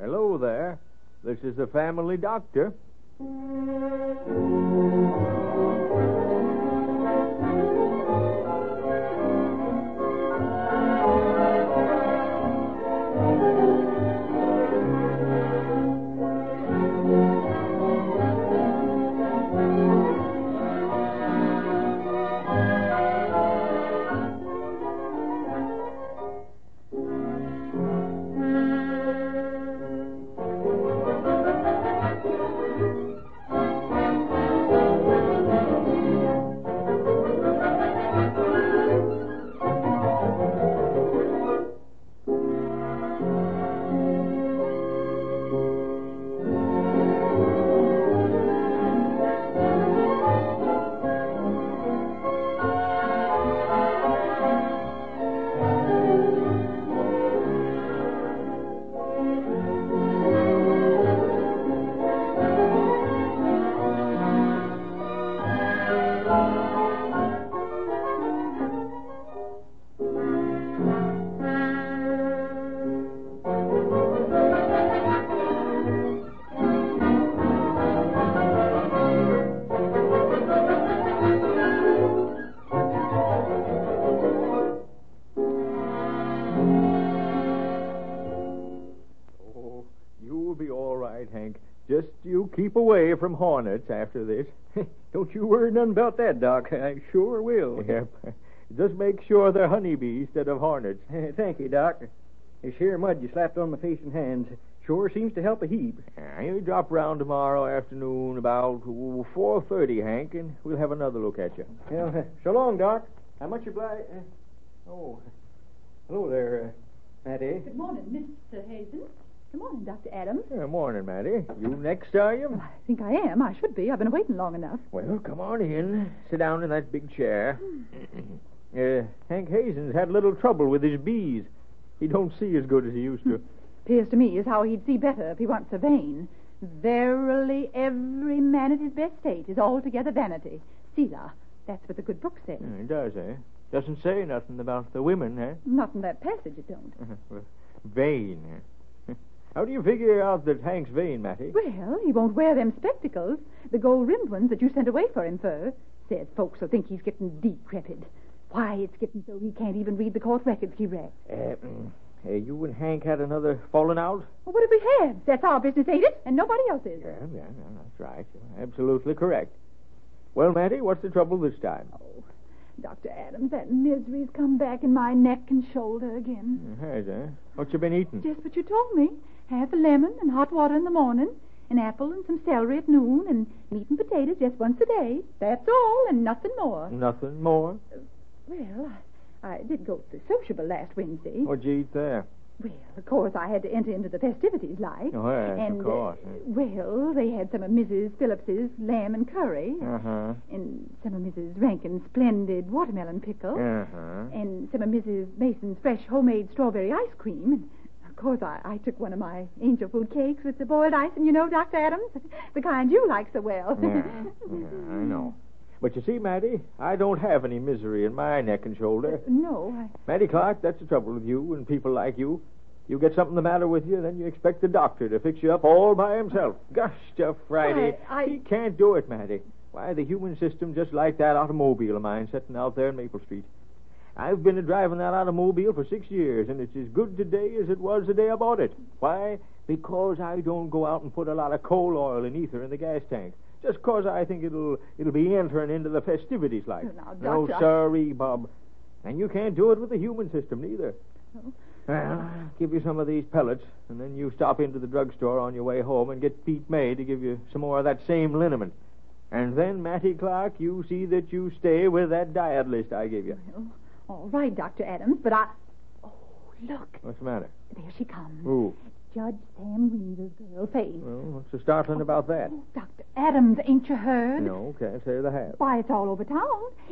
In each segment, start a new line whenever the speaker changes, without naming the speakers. Hello there. This is the family doctor. Oh, you'll be all right, Hank. Just you keep away from hornets after this.
Don't you worry none about that, Doc. I sure will.
Yep. Just make sure they're honeybees instead of hornets.
Thank you, Doc. This here mud you slapped on my face and hands sure seems to help a heap.
Uh, You drop round tomorrow afternoon about four thirty, Hank, and we'll have another look at you.
Well, uh, so long, Doc. How much obliged? Uh, oh, hello there, uh, Matty.
Good morning, Mr. Hazen. Good morning, Dr. Adams.
Yeah, morning, Matty. You next, are you?
I think I am. I should be. I've been waiting long enough.
Well, come on in. Sit down in that big chair. uh, Hank Hazen's had a little trouble with his bees. He don't see as good as he used to.
Appears to me as how he'd see better if he weren't so vain. Verily, every man at his best state is altogether vanity. Selah. That's what the good book says.
Yeah, He does, eh? Doesn't say nothing about the women, eh?
Not in that passage, it don't.
Well, vain. eh? How do you figure out that Hank's vain, Matty?
Well, he won't wear them spectacles, the gold rimmed ones that you sent away for him fur. Says folks will think he's getting decrepit. Why, it's getting so he can't even read the court records he read.
Uh, uh, you and Hank had another falling out?
Well, what have we had? That's our business, ain't it? And nobody else's.
Yeah, yeah, yeah, that's right. You're absolutely correct. Well, Matty, what's the trouble this time?
Dr. Adams, that misery's come back in my neck and shoulder again.
It Has, eh? What you been eating?
Just what you told me. Half a lemon and hot water in the morning, an apple and some celery at noon, and meat and potatoes just once a day. That's all, and nothing more.
Nothing more.
Well, I, I did go to the sociable last Wednesday.
What'd you eat there?
Well, of course, I had to enter into the festivities, like.
Oh, yes, of
and, uh,
course, yes.
well, they had some of Mrs. Phillips's lamb and curry,
Uh-huh.
and some of Mrs. Rankin's splendid watermelon pickle.
Uh-huh.
and some of Mrs. Mason's fresh homemade strawberry ice cream. And of course, I, I took one of my angel food cakes with the boiled ice, and you know, Dr. Adams, the kind you like so well.
Yeah, yeah, I know. But you see, Matty, I don't have any misery in my neck and shoulder.
no, I,
Matty Clark, that's the trouble with you and people like you. You get something the matter with you, then you expect the doctor to fix you up all by himself. Gosh, Jeff Friday.
Why, I-
He can't do it, Matty. Why, the human system just like that automobile of mine sitting out there in Maple Street. I've been driving that automobile for six years, and it's as good today as it was the day I bought it. Why? Because I don't go out and put a lot of coal oil and ether in the gas tank. Just 'cause I think it'll it'll be entering into the festivities like.
Now,
no,
Doctor, I-
sorry, Bob. And you can't do it with the human system, neither. Well, I'll give you some of these pellets, and then you stop into the drugstore on your way home and get Pete May to give you some more of that same liniment. And then, Matty Clark, you see that you stay with that diet list I gave you.
well, All right, Dr. Adams, but I. Oh, look.
What's the matter?
There she comes.
Who?
Judge Sam Windsor's girl, Faith.
Well, what's so startling about that?
Oh, Dr. Adams, ain't you heard?
No, can't say that I have.
Why, it's all over town.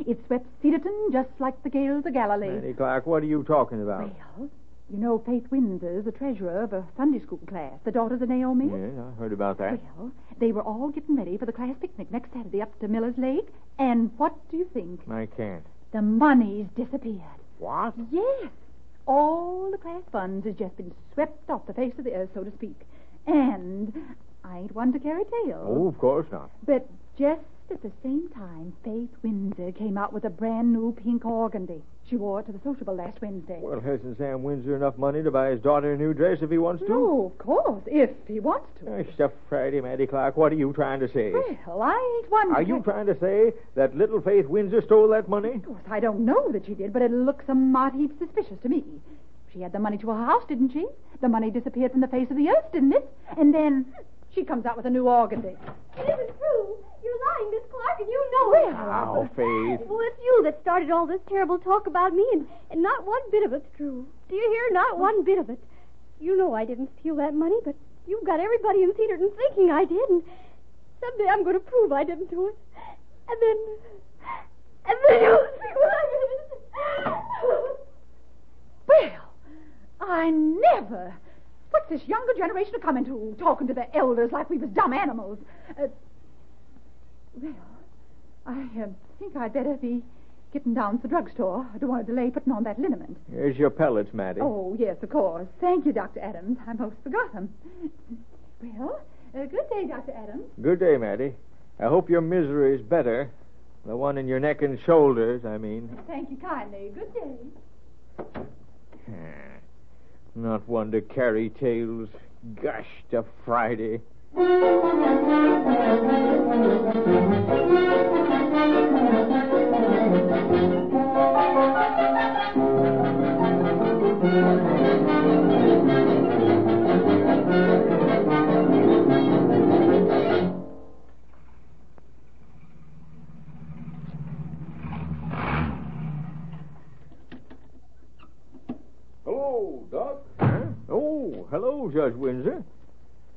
It swept Cedarton just like the gales of Galilee.
Annie Clark, what are you talking about?
Well, you know Faith Windsor's the treasurer of a Sunday school class, the daughters of Naomi.
Yeah, I heard about that.
Well, they were all getting ready for the class picnic next Saturday up to Miller's Lake, and what do you think?
I can't.
The money's disappeared.
What?
Yes, all the class funds has just been swept off the face of the earth, so to speak. And I ain't one to carry tales.
Oh, of course not.
But just at the same time, Faith Windsor came out with a brand new pink organdy. She wore it to the sociable last Wednesday.
Well, hasn't Sam Windsor enough money to buy his daughter a new dress if he wants to?
no, Oh, of course, if he wants to.
Oh, stuff Friday, Maddie Clark. What are you trying to say?
Well, I ain't one.
Are
to-
you trying to say that little Faith Windsor stole that money?
Of course, I don't know that she did, but it looks a mite heap suspicious to me. She had the money to her house, didn't she? The money disappeared from the face of the earth, didn't it? And then she comes out with a new organdy.
It isn't true. You're lying, Miss Clark, and you know it.
Now, Faith.
Well, it's you that started all this terrible talk about me, and, and not one bit of it's true. Do you hear? Not one bit of it. You know I didn't steal that money, but you've got everybody in Cedarton thinking I did, and someday I'm going to prove I didn't do it. And then. And then you'll see what I did.
Well, I never. What's this younger generation a coming to, talking to the elders like we was dumb animals? Uh, well, I uh, think I'd better be getting down to the drugstore. I don't want to delay putting on that liniment.
Here's your pellets, Maddie.
Oh, yes, of course. Thank you, Dr. Adams. I most forgot them. Well, uh, good day, Dr. Adams.
Good day, Maddie. I hope your misery is better. The one in your neck and shoulders, I mean.
Thank you kindly. Good day.
Hmm. Not one to carry tales. Gosh, to Friday.
Hello, Doc.
Huh? Oh, hello, Judge Windsor.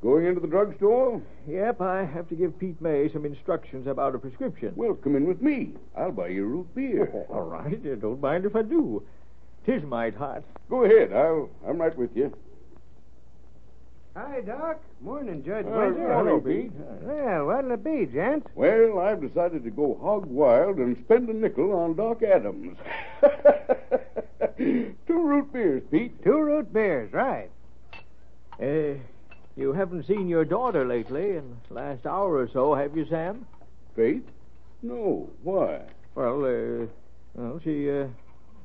Going into the drugstore?
Yep, I have to give Pete May some instructions about a prescription.
Well, come in with me. I'll buy you root beer.
All right, I don't mind if I do. Tis might hot.
Go ahead. I'll, I'm right with you.
Hi, Doc. Morning, Judge
Uh, hello, Pete.
Well, what'll it be, gents?
Well, I've decided to go hog wild and spend a nickel on Doc Adams. Two root beers, Pete.
Two root beers, right.
Uh, you haven't seen your daughter lately in the last hour or so, have you, Sam?
Faith? No. Why?
Well, uh, well she, uh,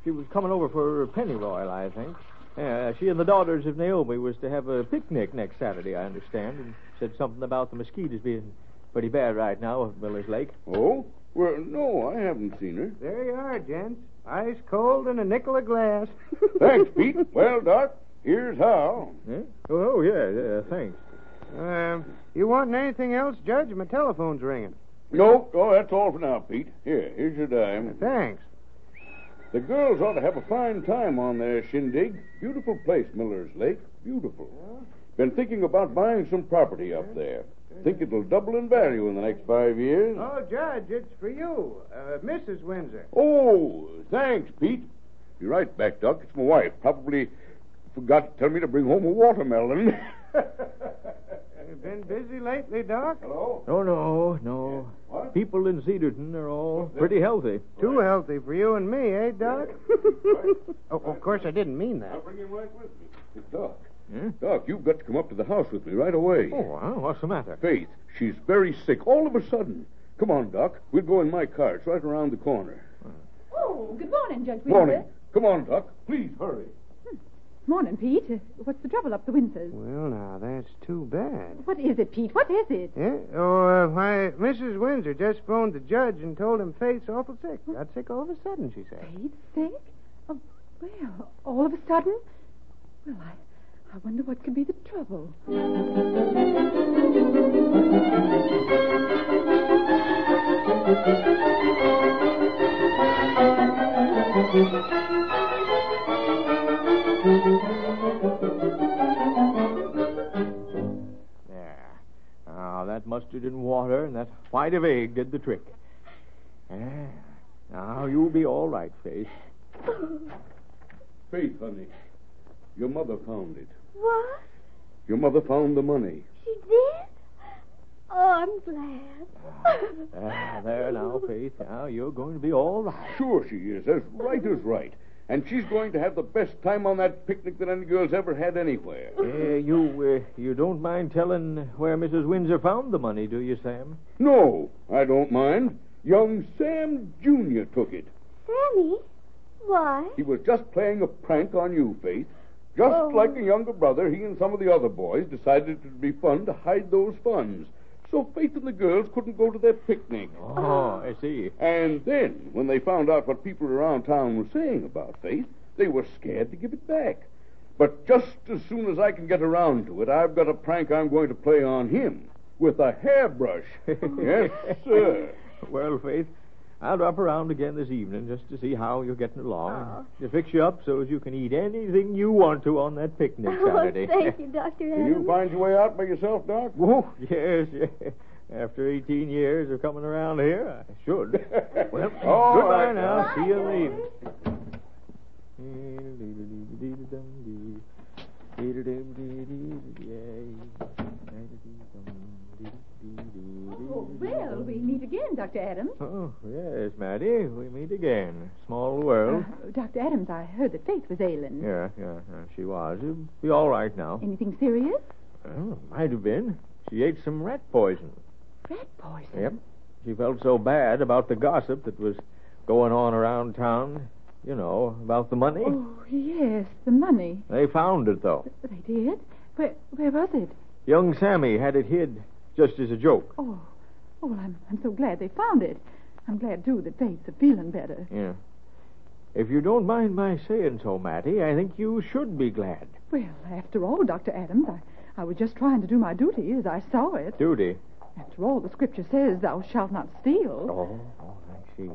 she was coming over for Pennyroyal, I think. Yeah, she and the daughters of Naomi was to have a picnic next Saturday, I understand, and said something about the mosquitoes being pretty bad right now at Miller's Lake.
Oh? Well, no, I haven't seen her.
There you are, gents. Ice cold and a nickel a glass.
Thanks, Pete. Well, Doc, here's how.
Huh? Oh, yeah, yeah, thanks.
Um, you wanting anything else, Judge? My telephone's ringing.
Nope. Oh, that's all for now, Pete. Here, here's your dime.
Thanks.
The girls ought to have a fine time on their shindig. Beautiful place, Miller's Lake. Beautiful. Been thinking about buying some property up there. Think it'll double in value in the next five years.
Oh, Judge, it's for you, uh, Mrs. Windsor.
Oh, thanks, Pete. Be right back, Doc. It's my wife. Probably forgot to tell me to bring home a watermelon.
You've been busy lately, Doc.
Hello?
No, Oh, no, no.
What?
People in Cedarton are all pretty healthy.
Too healthy for you and me, eh, Doc? oh, of course, I didn't mean
I'll
that.
bring him right with me. Hey, Doc.
Hmm?
Doc, you've got to come up to the house with me right away.
Oh, well, what's the matter?
Faith, she's very sick all of a sudden. Come on, Doc. We'll go in my car. It's right around the corner.
Oh, good morning, Judge Windsor.
Morning. Come on, Doc. Please hurry.
Morning, Pete. Uh, What's the trouble up the Windsors?
Well, now, that's too bad.
What is it, Pete? What is it?
Hmm?
Yeah? Oh, uh, why, Mrs. Windsor just phoned the judge and told him Faith's awful sick. Got sick all of a sudden, she said.
Faith sick? Oh, well, all of a sudden? Well, I, I wonder what could be the trouble.
There. Now, that mustard and water and that white of egg did the trick. Yeah. Now, you'll be all right, Faith.
Faith, honey, your mother found it.
What?
Your mother found the money.
She did? Oh, I'm glad.
Ah, there now, Faith. Now, you're going to be all right.
Sure she is, as right as right. And she's going to have the best time on that picnic that any girl's ever had anywhere.
Uh, you, uh, you don't mind telling where Mrs. Windsor found the money, do you, Sam?
No, I don't mind. Young Sam Jr. took it.
Sammy? Why?
He was just playing a prank on you, Faith. Just
Oh.
like a younger brother, he and some of the other boys decided it would be fun to hide those funds. So Faith and the girls couldn't go to their picnic.
Oh, I see.
And then, when they found out what people around town were saying about Faith, they were scared to give it back. But just as soon as I can get around to it, I've got a prank I'm going to play on him with a hairbrush. yes, sir.
Well, Faith, I'll drop around again this evening just to see how you're getting along. To fix you up so as you can eat anything you want to on that picnic Saturday.
Oh, thank you, Dr.
Can you
Adams.
find your way out by yourself, Doc?
Oh, yes, yes. After 18 years of coming around here, I should. Well,
All
goodbye
right.
now.
Bye,
See you
Doc.
later.
Oh, well, we meet again, Dr. Adams.
Oh, yes, Maddie, we meet again. Small world.
Uh, Dr. Adams, I heard that Faith was ailing.
Yeah, yeah, yeah, she was. She'll be all right now.
Anything serious?
Well, might have been. She ate some rat poison.
Rat poison.
Yep. She felt so bad about the gossip that was going on around town. You know, about the money.
Oh, yes, the money.
They found it, though.
They did? Where, where was it?
Young Sammy had it hid just as a joke.
Oh, oh well, I'm, I'm so glad they found it. I'm glad, too, that Faith's a feeling better.
Yeah. If you don't mind my saying so, Matty, I think you should be glad.
Well, after all, Dr. Adams, I, I was just trying to do my duty as I saw it.
Duty.
After all, the scripture says, Thou shalt not steal.
Oh, oh I see.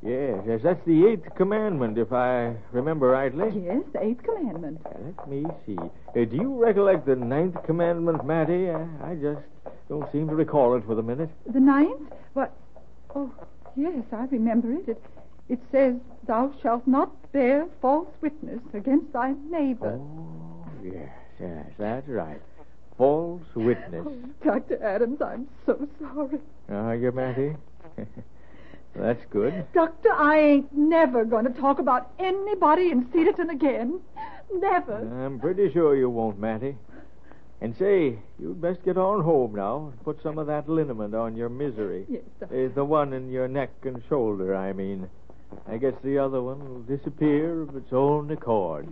Yes, yes, that's the eighth commandment, if I remember rightly.
Yes, the eighth commandment.
Let me see. Uh, do you recollect the ninth commandment, Matty? Uh, I, I just don't seem to recall it for the minute.
The ninth? What? Oh, yes, I remember it. It, it says, Thou shalt not bear false witness against thy neighbor.
Oh, yes, yes, that's right. False witness.
Dr. Adams, I'm so sorry.
Are you, Matty? that's good.
Doctor, I ain't never going to talk about anybody in Cedarton again. Never.
I'm pretty sure you won't, Matty. And say, you'd best get on home now and put some of that liniment on your misery.
Yes, Doctor.
Uh, the one in your neck and shoulder, I mean. I guess the other one will disappear of its own accord.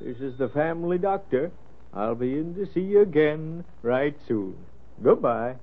This is the family doctor. I'll be in to see you again right soon. Goodbye.